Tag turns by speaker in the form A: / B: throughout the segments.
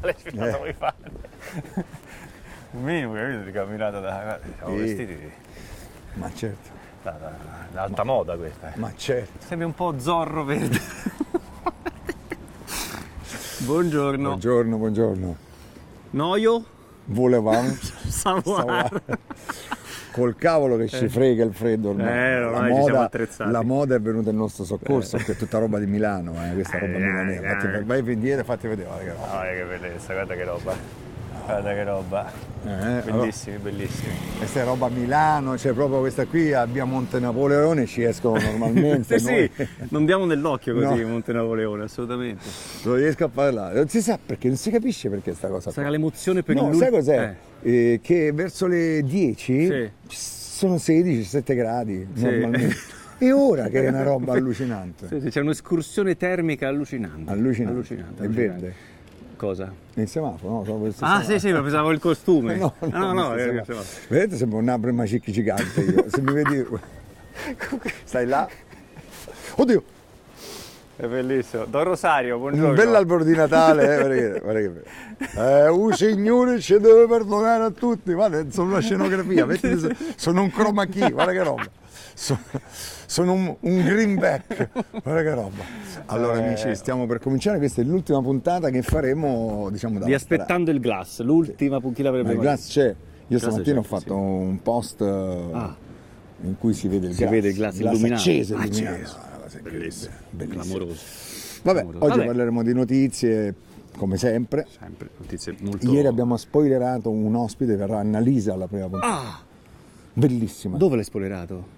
A: L'hai spiegato come fare. Eh. Un minimo, capito, di camminata da... Guarda, siamo
B: Sì.
A: vestiti di-
B: Ma certo,
A: da, da, da alta moda questa. eh.
B: ma certo.
A: Sembri un po' zorro verde. Buongiorno.
B: Buongiorno, buongiorno.
A: Noio
B: Volevamo
A: Savoir.
B: col cavolo che ci frega il freddo ormai.
A: Eh, ormai ci siamo attrezzati.
B: la moda è venuta in nostro soccorso, perché è tutta roba di Milano, eh, questa roba
A: Eh, eh,
B: milanese. Fatti-
A: eh.
B: Vai indietro e fatti vedere. guarda che roba.
A: Ah, che bellezza, guarda che roba. Guarda che roba.
B: Eh, allora,
A: Bellissimi, bellissimi.
B: questa è roba Milano, cioè proprio questa qui abbiamo Monte Napoleone, ci escono normalmente.
A: Sì, sì,
B: noi.
A: non diamo nell'occhio così
B: No.
A: Monte Napoleone, assolutamente.
B: Non riesco a parlare, non si sa perché, non si capisce perché sta cosa. qua.
A: Sarà l'emozione per
B: no,
A: il
B: sai cos'è? Eh, che verso le 10
A: Sì.
B: ci sono 16-7 gradi
A: Sì.
B: normalmente. E ora che è una roba allucinante.
A: Sì, sì, c'è un'escursione termica allucinante.
B: Allucinante.
A: Allucinante,
B: È
A: allucinante.
B: verde.
A: Cosa?
B: Il semaforo, no? Sono questo
A: Ah,
B: semaforo.
A: sì, sì, ma pensavo il costume.
B: No, no,
A: Ah, no, no,
B: questo
A: eh,
B: semaforo.
A: pensavo-
B: Vedete sembra un aprimacicchi gigante io. Se mi vedi... Stai là. Oddio,
A: È bellissimo. Don Rosario, buongiorno.
B: un bell'albero di Natale. eh, guarda che- guarda che- Eh, un signore ci deve perdonare a tutti. Guarda, sono una scenografia. vedete, so- sono un chroma key, guarda che roba. So- sono un, un greenback, guarda che roba. Allora,
A: Eh.
B: amici, stiamo per cominciare. Questa è l'ultima puntata che faremo, diciamo, da
A: Vi aspettando il glass, l'ultima chi l'avrebbe
B: Ma il
A: mai
B: glass c'è. Io
A: Il glass
B: stamattina ho
A: c'è,
B: fatto
A: cioè, sì. Ah.
B: un post eh, in cui si vede il
A: Si
B: glass.
A: vede il glass illuminato.
B: acceso,
A: Acceso.
B: illuminato. Una cosa incredibile, bellissimo.
A: Clamoroso.
B: Vabbè,
A: Clamoroso.
B: oggi
A: Vabbè.
B: parleremo di notizie, come sempre.
A: Sempre notizie molto...
B: Ieri abbiamo spoilerato un ospite, verrà Annalisa alla prima puntata.
A: Ah!
B: Bellissima.
A: Dove l'hai spoilerato?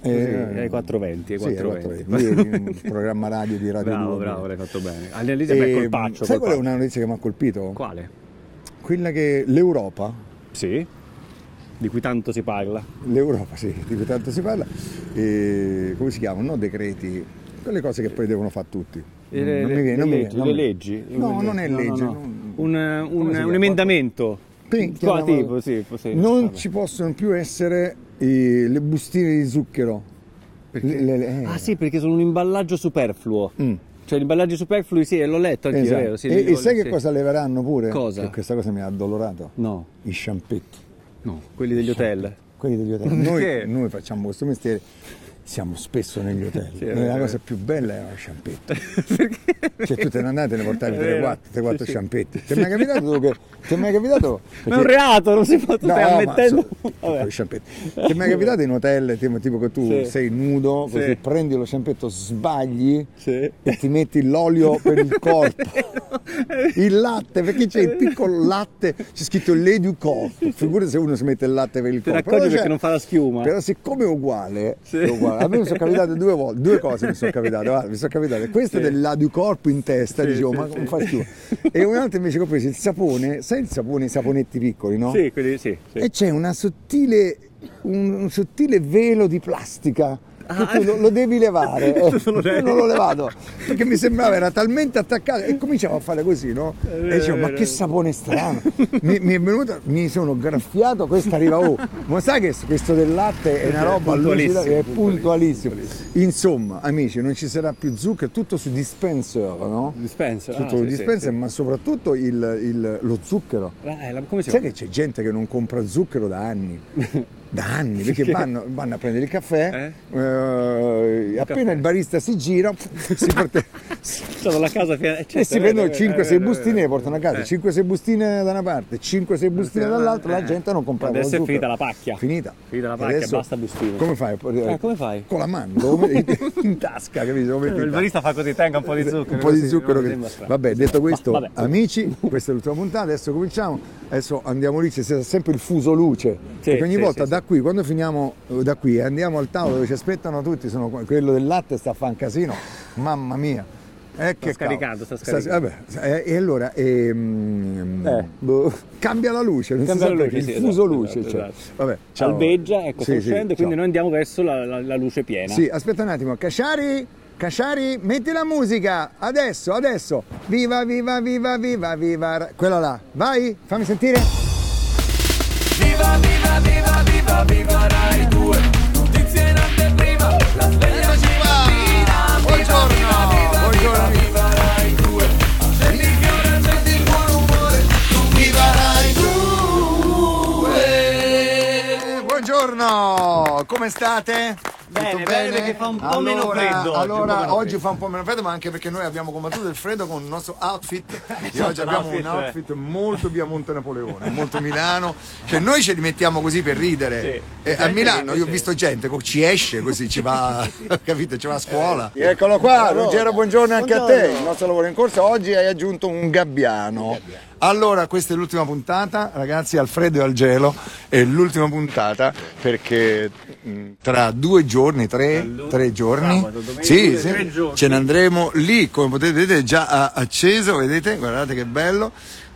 A: Così,
B: Eh,
A: ai 4.20, ai
B: sì, esatto. ai
A: 4.20.
B: 4.20. Ieri, il programma radio di Radio
A: Bravo,
B: 2.
A: Oh, bravo, l'hai fatto bene. All'analisi beh,
B: E,
A: colpaccio.
B: Eh, sai qual è
A: colpaccio.
B: una notizia che mi ha colpito?
A: Quale?
B: Quella che l'Europa,
A: Sì. Di cui tanto si parla.
B: l'Europa sì, di cui tanto si parla, e, come si chiamano? No, decreti, quelle cose che poi devono fare tutti.
A: Eh, Le,
B: Non mi viene, non mi
A: leggi,
B: viene,
A: le
B: non mi-
A: leggi?
B: No, non è
A: No, no,
B: legge.
A: no.
B: non-
A: Un, un-
B: Come si chiama?
A: un emendamento.
B: Sì,
A: Qua,
B: chiamiamolo-
A: tipo, sì, sì, diciamo.
B: Non
A: vabbè.
B: ci possono più essere eh, le bustine di zucchero. Le- le- le- eh.
A: Ah sì, perché sono un imballaggio superfluo.
B: Mm.
A: Cioè, gli imballaggi superflui, sì, l'ho letto anche
B: Esatto.
A: vero? sì,
B: e,
A: li-
B: e sai che
A: sì.
B: cosa leveranno pure?
A: Cosa?
B: Che questa cosa mi ha addolorato.
A: No,
B: I sciampetti.
A: no, quelli degli
B: Esatto.
A: hotel.
B: Quelli degli hotel.
A: Perché?
B: Noi, noi facciamo questo mestiere, siamo spesso negli hotel.
A: Sì, è
B: Noi la
A: vero.
B: cosa più bella era lo sciampetto.
A: perché?
B: Cioè tu te ne andate e ne portavi
A: È
B: 3
A: vero.
B: 4, 3 4
A: Sì, sì.
B: sciampetti. Ti è mai capitato tu che ti è mai capitato
A: Ma è un reato, non si fa, tu
B: No,
A: stai
B: ma
A: ammettendo...
B: so-
A: Vabbè.
B: con gli sciampetti. Ti è mai capitato in hotel tipo, tipo che tu
A: Sì.
B: sei nudo, così
A: Sì.
B: prendi lo sciampetto, sbagli
A: Sì.
B: e ti metti l'olio per il corpo, il latte, perché c'è il piccolo latte, c'è scritto l'educol, figura se uno si mette il latte per il
A: Te ne
B: corpo.
A: accorgi
B: Però
A: perché
B: c'è-
A: non fa la schiuma.
B: Però siccome è uguale,
A: Sì.
B: è uguale. a me mi sono capitate due volte, due cose mi sono capitate, guarda, mi sono capitate, questa dell'aducorpo in testa,
A: Sì,
B: dicevo,
A: sì,
B: ma
A: sì.
B: come fa schiuma? E un'altra invece che ho preso il sapone, sai il sapone, i saponetti piccoli, no?
A: Sì, quelli sì. sì.
B: e c'è una sottile, un, un sottile velo di plastica. che tu lo, lo devi levare, eh.
A: Ah. Tu lo levi.
B: non l'ho levato perché mi sembrava era talmente attaccato e cominciavo a fare così, no?
A: Eh,
B: E dicevo, ma che sapone strano! Mi, mi è venuto, mi sono graffiato, questa arriva oh, ma sai che questo del latte è una roba
A: Eh, puntualissimo,
B: allucinante, è puntualissimo. Insomma, amici, non ci sarà più zucchero, tutto su dispenser, no?
A: Dispensa. ah,
B: Tutto
A: sì,
B: il
A: sì,
B: dispenser, ma soprattutto il- il- lo zucchero.
A: sì. Ah, eh, la- come si
B: Sai
A: chiama?
B: che c'è gente che non compra zucchero da anni? Da anni, perché vanno, vanno a prendere il caffè, eh, appena il barista si gira, si porta-
A: Sono la casa fia- eh, certo,
B: e si
A: è
B: prendono
A: vero, è
B: 5-6
A: vero, è
B: bustine e
A: vero.
B: le portano a casa.
A: Eh.
B: 5-6 bustine da una parte, 5-6 bustine dall'altra, la
A: Eh.
B: gente non compra
A: Adesso
B: lo
A: è
B: zucchero.
A: finita la pacchia.
B: Finita.
A: Finita la
B: E
A: pacchia, basta bustine.
B: Come fai?
A: Eh, come fai? Eh,
B: Con la mano, lo metti in tasca, capito? Lo metti
A: Il
B: in tasca
A: barista fa così, tenga un po' di zucchero.
B: un po' di
A: così,
B: zucchero
A: non
B: che...
A: sembra strano.
B: vabbè detto questo
A: Ma- vabbè.
B: amici questa è l'ultima puntata adesso cominciamo adesso andiamo lì c'è sempre il fuso luce perché ogni
A: sì,
B: volta
A: sì,
B: da qui quando finiamo eh, da qui e andiamo al tavolo dove ci aspettano tutti sono qua- quello del latte sta a fare un casino mamma mia eh, che
A: scaricando,
B: cavolo.
A: sta scaricando.
B: vabbè, eh, e allora ehm,
A: Eh.
B: boh, cambia la luce, non
A: Cambia
B: si
A: la
B: sa
A: luce,
B: perché,
A: sì,
B: il fuso
A: esatto,
B: luce.
A: esatto,
B: cioè.
A: esatto.
B: Vabbè, ciao.
A: Albeggia, ecco,
B: Sì,
A: sta
B: sì,
A: uscendo,
B: ciao.
A: quindi noi andiamo verso la, la- la luce piena.
B: Sì, aspetta un attimo, Casciari, Casciari, metti la musica, adesso, adesso, viva, viva, viva, viva, viva, quella là, vai, fammi sentire.
C: Viva, viva, viva, viva, viva Rai 2 Notizie in anteprima La sveglia ci mattina Viva, viva, viva, viva, viva Rai 2 Accendi il fiore, accendi il cuore
B: buongiorno! Come state?
D: Bene,
B: Tutto
D: bene, perché fa un po' meno freddo oggi,
B: Allora,
D: un po' meno
B: oggi
D: freddo.
B: fa un po' meno freddo, ma anche perché noi abbiamo combattuto il freddo con il nostro outfit. E oggi abbiamo un
D: outfit,
B: outfit
D: eh.
B: molto via Monte Napoleone, molto Milano. Cioè, noi ce li mettiamo così per ridere.
D: Sì.
B: E a
D: Gente
B: Milano
D: che-
B: io ho
D: sì.
B: visto gente, co- ci esce così, ci va, capito, ci va a scuola. Eh, Eccolo qua, Ruggero, buongiorno anche a te. Il nostro lavoro in corso oggi hai aggiunto un gabbiano. Allora, questa è l'ultima puntata, ragazzi, al freddo e al gelo. È l'ultima puntata perché mh, tra due giorni, tre, tre giorni,
D: sabato, domenica,
B: sì,
D: due,
B: sì,
D: tre giorni.
B: ce ne andremo lì, come potete vedere, è già a- acceso, vedete, guardate che bello.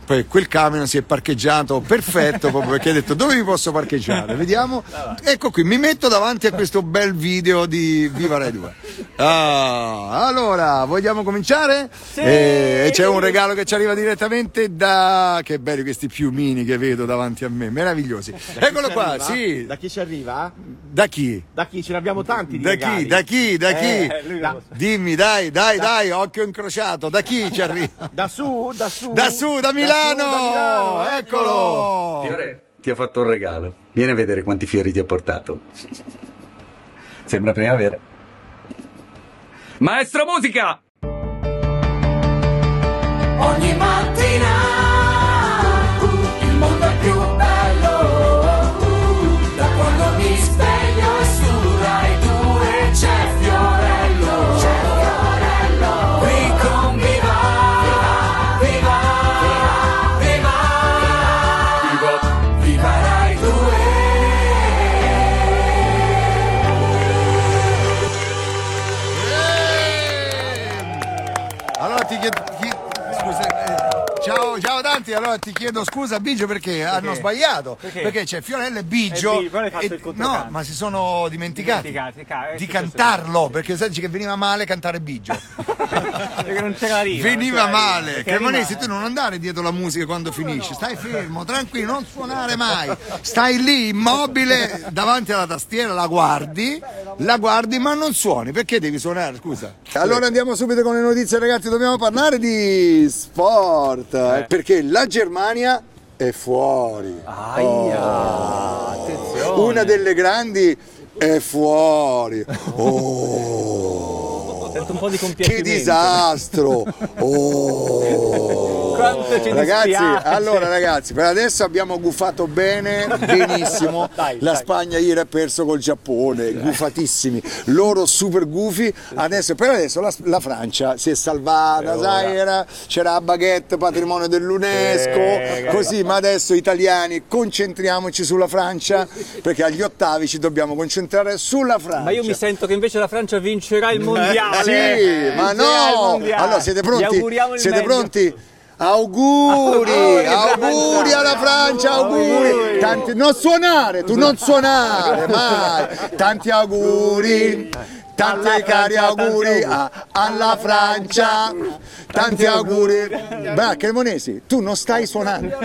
B: Poi quel camion si è parcheggiato perfetto proprio perché ha detto dove mi posso parcheggiare? Vediamo. Ecco qui, mi metto davanti a questo bel video di Viva Rai 2. Ah, allora, vogliamo cominciare? Eh, E c'è un regalo che ci arriva direttamente da. Che belli questi piumini che vedo davanti a me, meravigliosi. Eccolo
D: Ci
B: qua,
D: arriva?
B: sì.
D: Da chi ci arriva?
B: Da chi?
D: Da chi? Ce ne abbiamo tanti di
B: Da chi?
D: regali.
B: Da chi? Da chi?
D: Eh, lui lo sa.
B: Dimmi, dai, dai, dai, occhio incrociato, da chi ci arriva?
D: Da su, da su.
B: Da su, da Milano!
D: da Milano, eh,
B: Eccolo!
E: Fiore, ti ho fatto un regalo. Vieni a vedere quanti fiori ti ho portato. Sembra primavera. Maestro musica!
C: Ogni mattina uh, il mondo è più bello. uh, da quando mi sveglio e su Rai 2 c'è Fiorello. C'è Fiorello. Qui con Viva. Viva. Viva. Viva. Viva. Viva Rai 2.
B: Allora ti chiedo. chi- Scusa. eh, Ciao, ciao Dante, allora ti chiedo scusa Biggio perché, hanno sbagliato. Perché,
A: Perché?
B: c'è Fiorello e Biggio.
A: E Biggio, però hai fatto il
B: no,
A: controcanto.
B: ma si sono dimenticati,
A: Dimenticati, ca- eh, è
B: di
A: successo.
B: cantarlo, perché sai che veniva male cantare Biggio.
A: Perché non c'era la rima.
B: Veniva
A: non c'era la rima,
B: male.
A: perché
B: Cremonesi,
A: arriva-
B: tu non andare dietro la musica quando finisci, stai fermo, tranquillo, non suonare mai. Stai lì immobile davanti alla tastiera, la guardi, la guardi, ma non suoni, perché devi suonare, scusa. Allora andiamo subito con le notizie, ragazzi, dobbiamo parlare di sport, eh, perché la Germania è fuori. Oh.
A: Aia, attenzione.
B: Una delle grandi è fuori. Oh.
D: Sento un po' di
B: Che
D: compiacimento.
B: disastro! Oh.
A: Quanto ci
B: Ragazzi, ah,
A: dispiace.
B: allora ragazzi, per adesso abbiamo gufato bene, benissimo.
D: Dai,
B: La
D: dai.
B: Spagna ieri ha perso col Giappone, gufatissimi. Loro super gufi. Adesso, per adesso la, la Francia si è
D: Eh,
B: salvata, sai, era- c'era la baguette patrimonio
A: Eh,
B: dell'UNESCO, così, ma adesso italiani concentriamoci sulla Francia perché agli ottavi ci dobbiamo concentrare sulla Francia.
D: Ma io mi sento che invece la Francia vincerà il
B: cioè.
D: mondiale.
B: Sì,
D: Eh,
B: ma
D: vincerà il
B: no!
D: mondiale.
B: Allora siete
D: Gli
B: pronti?
D: auguriamo il
B: Siete
D: meglio.
B: pronti? Auguri,
D: Auguri,
B: auguri alla Francia, auguri. Tanti- non suonare, tu non suonare mai. Tanti auguri. Tanti
D: Alla
B: cari
D: Francia, tanti
B: auguri
D: auguri.
B: a- alla Francia, tanti auguri. Bra, Cremonesi, tu non stai suonando.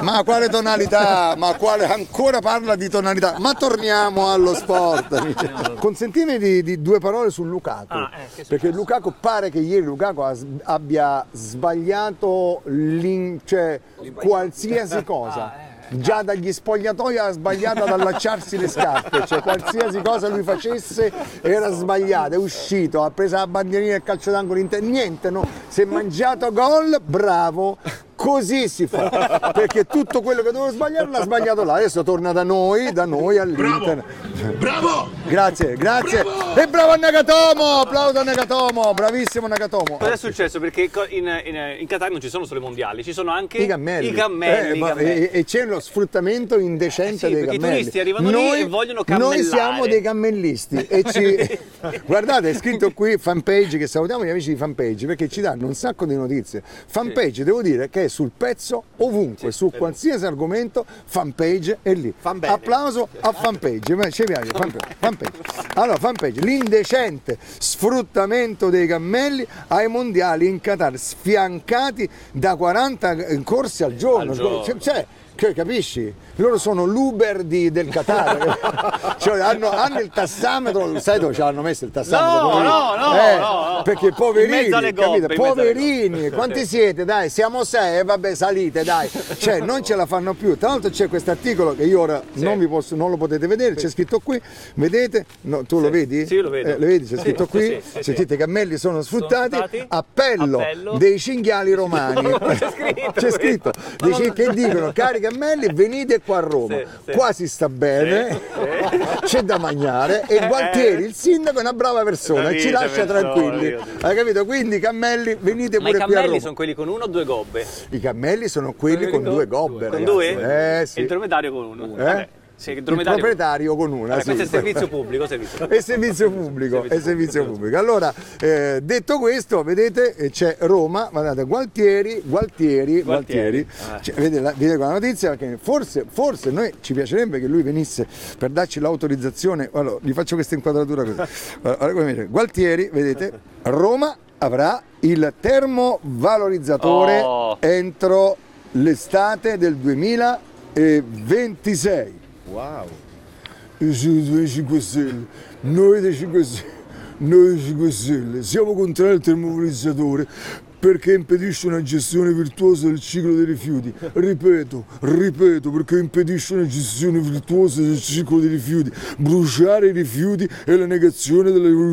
B: Ma quale tonalità? Ma quale ancora parla di tonalità? Ma torniamo allo sport. Consentimi di, di due parole su Lukaku.
D: Ah, eh, che è
B: perché Lukaku pare che ieri Lukaku ha s- abbia sbagliato l'in- cioè,
D: Ah,
B: qualsiasi
D: eh.
B: cosa. Già dagli spogliatoi ha sbagliato ad allacciarsi le scarpe, cioè qualsiasi cosa lui facesse era sbagliata, è uscito, ha preso la bandierina e il calcio d'angolo in te- niente, no? si è mangiato gol, bravo, così si fa, perché tutto quello che dovevo sbagliare l'ha sbagliato là, adesso torna da noi, da noi all'Inter. Grazie, grazie. E bravo a Nagatomo, applauso a Nagatomo, bravissimo Nagatomo.
D: Cosa è successo? Perché co- in, in, in Qatar non ci sono solo i mondiali, ci sono anche
B: Eh, I cammelli.
D: I cammelli,
B: Eh,
D: i
B: ma-
D: cammelli.
B: E, e c'è lo sfruttamento indecente
D: Eh sì,
B: dei
D: perché i
B: cammelli.
D: turisti arrivano lì e vogliono cammellare.
B: Noi siamo dei cammellisti e ci... Guardate, è scritto qui fanpage che salutiamo gli amici di fanpage perché ci danno un sacco di notizie. Fanpage, devo dire, che è sul pezzo ovunque, su qualsiasi argomento, fanpage è lì.
D: Fan bene.
B: Applauso a fanpage. Ma Ci piace, fanpage. fanpage. Allora, fanpage, l'indecente sfruttamento dei cammelli ai mondiali in Qatar, sfiancati da 40 corsi al giorno.
D: Al giorno.
B: Cioè, Cioè, capisci? Loro sono l'Uber di- del Qatar. Cioè, hanno, hanno il tassametro, sai dove ci hanno messo il tassametro?
D: No,
B: poverini?
D: no, no,
B: Eh,
D: no, no.
B: Perché poverini,
D: In mezzo alle
B: capito?
D: gobbe, in mezzo alle
B: poverini, quanti siete? Dai, siamo sei, eh, vabbè, salite, dai. Cioè, non ce la fanno più. Tra l'altro c'è questo articolo che io ora non, vi posso, non lo potete vedere, c'è scritto qui, vedete? No, tu lo vedi?
D: Sì, lo vedo.
B: Eh, lo vedi? C'è
D: Sì,
B: scritto
D: sì,
B: qui?
D: sì, sì,
B: Sentite, i cammelli sono sfruttati,
D: sfruttati.
B: Appello,
D: Appello.
B: dei cinghiali romani.
D: c'è scritto
B: C'è scritto,
D: questo.
B: dice- Esatto. che dicono cari cammelli venite qua a Roma
D: Sì, sì.
B: qua si sta bene c'è da mangiare e Gualtieri il sindaco è una brava persona e ci
D: Capito,
B: lascia
D: Eh, persona,
B: tranquilli
D: io dico.
B: hai capito quindi cammelli venite
D: Ma
B: pure
D: i
B: qui a Roma
D: cammelli sono quelli con uno o due gobbe?
B: i cammelli sono quelli con due gobbe
D: Con
B: ragazzi.
D: due?
B: eh sì
D: E il dromedario con uno.
B: Eh?
D: Vabbè, sì, il
B: il
D: dromedario.
B: proprietario con una
D: Vabbè,
B: sì.
D: questo è servizio pubblico, servizio.
B: e servizio pubblico,
D: Servizio
B: e servizio pubblico. Allora, eh, detto questo, vedete eh, c'è Roma, guardate, Gualtieri, Gualtieri, Gualtieri,
D: Gualtieri, eh.
B: Cioè, vedete, la, vedete qua la notizia che forse, forse noi ci piacerebbe che lui venisse per darci l'autorizzazione, allora, gli faccio questa inquadratura così, Allora, guarda come dice, Gualtieri, vedete, Roma avrà il termovalorizzatore
D: Oh.
B: entro l'estate del 2026. Io sono dei 5 Stelle, noi dei 5 Stelle, noi dei 5 Stelle siamo contrari al termovalorizzatore perché impedisce una gestione virtuosa del ciclo dei rifiuti. Ripeto, ripeto, perché impedisce una gestione virtuosa del ciclo dei rifiuti. Bruciare i rifiuti è la negazione, delle-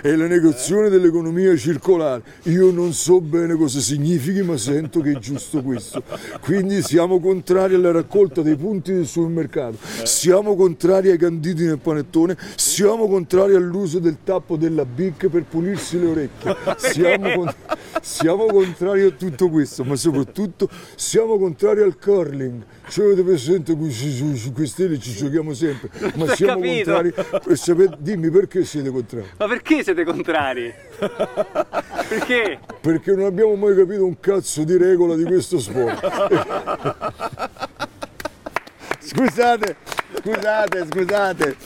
B: è la negazione dell'economia circolare. Io non so bene cosa significhi, ma sento che è giusto questo. Quindi siamo contrari alla raccolta dei punti del supermercato,
D: Eh?
B: siamo contrari ai canditi nel panettone, siamo contrari all'uso del tappo della BIC per pulirsi le orecchie, siamo, con- siamo contrari a tutto questo, ma soprattutto siamo contrari al curling. Cioè avete presente qui su- su 5 Stelle ci giochiamo sempre, ma
D: ho
B: siamo
D: capito.
B: contrari. e sapete- Dimmi perché siete contrari?
D: Ma perché siete contrari? perché?
B: Perché non abbiamo mai capito un cazzo di regola di questo sport. scusate, scusate, scusate.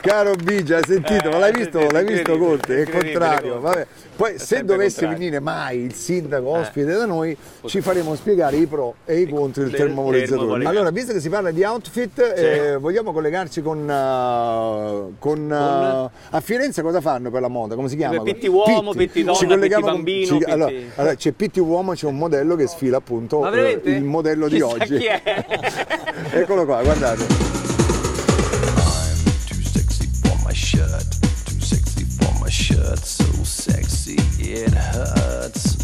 B: Caro Bigia, hai sentito? Ma l'hai visto? L'hai visto
D: Eh, incredibile,
B: Conte? È il
D: incredibile,
B: contrario.
D: Conte.
B: Vabbè. Poi se
D: sempre
B: dovesse
D: contrario. Eh.
B: venire mai il sindaco ospite da noi, ci faremo spiegare i pro e i contro del termovalorizzatore.
D: del Ecco, termovalorizzatore.
B: Allora, visto che si parla di outfit, eh, vogliamo collegarci con, eh, con, eh, a Firenze cosa fanno per la moda? Come si chiama?
D: Pitti uomo, Pitti donna,
B: Ci colleghiamo
D: Pitti
B: con-
D: bambino,
B: ci- allora,
D: Pitti-
B: allora, c'è Pitti uomo, c'è un modello che sfila appunto
D: Ma
B: eh,
D: veramente?
B: il modello di
D: Chissà
B: oggi.
D: chi è?
B: Eccolo qua, guardate.
F: Too sexy for my shirt. Too sexy for my shirt. So sexy it hurts.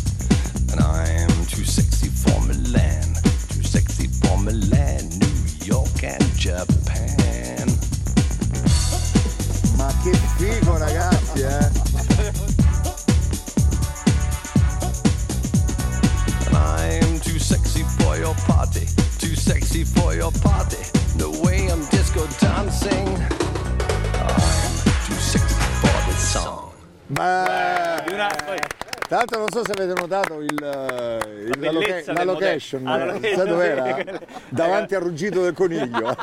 F: And I'm too sexy for Milan. Too sexy for Milan, New York, and Japan.
B: Ma che figo ragazzi, eh!
F: And I'm too sexy for your party. Too sexy for your party. The way I'm disco dancing. I'm too sexy for this song.
B: Ma
D: Di una- poi-
B: tra l'altro non so se avete notato il, eh, il- la, loca-
D: bellezza
B: la
D: del
B: location,
D: modello. Ah, la
B: eh,
D: location,
B: sai
D: sì.
B: dov'era? Davanti al ruggito del coniglio.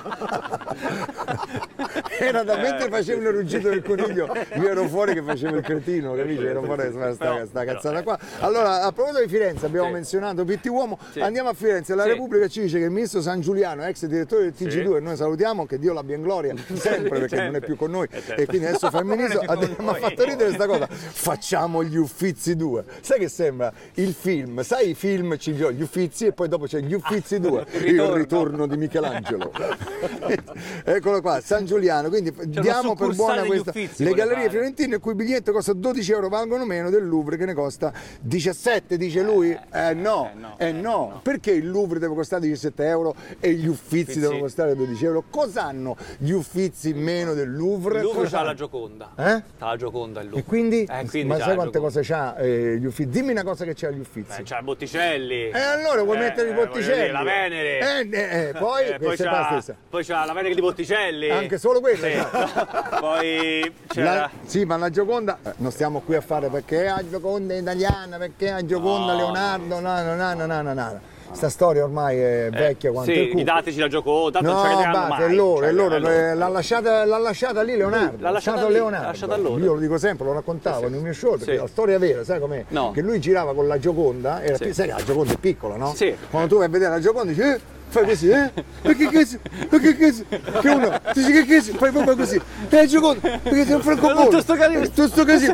B: Era da mentre facevo il ruggito del coniglio, io ero fuori che facevo il cretino, capisci? Ero fuori che faceva sta, sta cazzata qua. Allora, a proposito di Firenze, abbiamo menzionato Pitti Uomo, andiamo a Firenze. La
D: Sì.
B: Repubblica ci dice che il ministro San Giuliano, ex direttore del TG2, e noi salutiamo, che Dio l'abbia in gloria, sempre perché non è più con noi
D: Eh, certo.
B: e quindi adesso fa il ministro, ha detto- mi ha fatto ridere questa cosa, facciamo gli Uffizi 2. Sai che sembra il film, sai i film, ci gli Uffizi e poi dopo c'è gli Uffizi 2, il
D: ritorno.
B: ritorno di Michelangelo. Eccolo qua, San Giuliano, quindi diamo per
D: succursale
B: buona
D: degli
B: questa...
D: Uffizi,
B: Le
D: voglio
B: gallerie
D: fare.
B: fiorentine il cui biglietto costa 12 euro valgono meno del Louvre che ne costa 17, dice lui. Eh no, eh no. Perché il Louvre deve costare 17 euro e gli Uffizi devono costare 12 euro? Cos'hanno gli Uffizi meno del Louvre?
D: Il Louvre c'ha
B: Cos'hanno?
D: la Gioconda.
B: Eh?
D: C'ha la Gioconda il Louvre.
B: E quindi,
D: Eh, quindi
B: ma
D: c'ha
B: sai
D: la
B: quante
D: Gioconda.
B: cose c'ha eh, gli Uffizi? Dimmi una cosa che c'ha gli Uffizi.
D: Eh, c'ha il Botticelli.
B: E allora vuoi
D: Eh,
B: mettere i
D: voglio
B: botticelli?
D: dire, La Venere.
B: Eh, eh, eh, poi,
D: Eh, poi,
B: sempre la
D: c'ha,
B: stessa.
D: poi c'ha la Venere di Botticelli.
B: Anche solo quella,
D: Sì. poi c'era...
B: La- sì, ma la Gioconda eh, non stiamo qui a fare perché la Gioconda è italiana, perché la Gioconda Leonardo, no, no, no, no, no, no, no. Sta storia ormai è vecchia quanto il
D: Eh, sì,
B: culo.
D: dateci la gioco, tanto
B: No,
D: non ci arriveranno
B: basta,
D: mai.
B: è loro,
D: cioè,
B: è loro.
D: è loro.
B: eh, L'ha, lasciata, l'ha lasciata lì Leonardo.
D: l'ha lasciata
B: lasciato
D: lì,
B: Leonardo.
D: l'ha lasciata loro.
B: Io lo dico sempre, lo raccontavo
D: Sì, sì.
B: nel mio show, perché
D: Sì.
B: la storia vera, sai com'è?
D: No.
B: Che lui girava con la Gioconda, era
D: Sì.
B: pi- sai che la Gioconda è piccola, no?
D: Sì.
B: Quando tu vai a vedere la Gioconda dici, eh, fai così, eh? Ma che cazzo? Ma che cazzo? Che uno, dici che cazzo? Fai proprio così. E la Gioconda, perché sei un francobollo.
D: Tutto sto casino.
B: Tutto sto casino.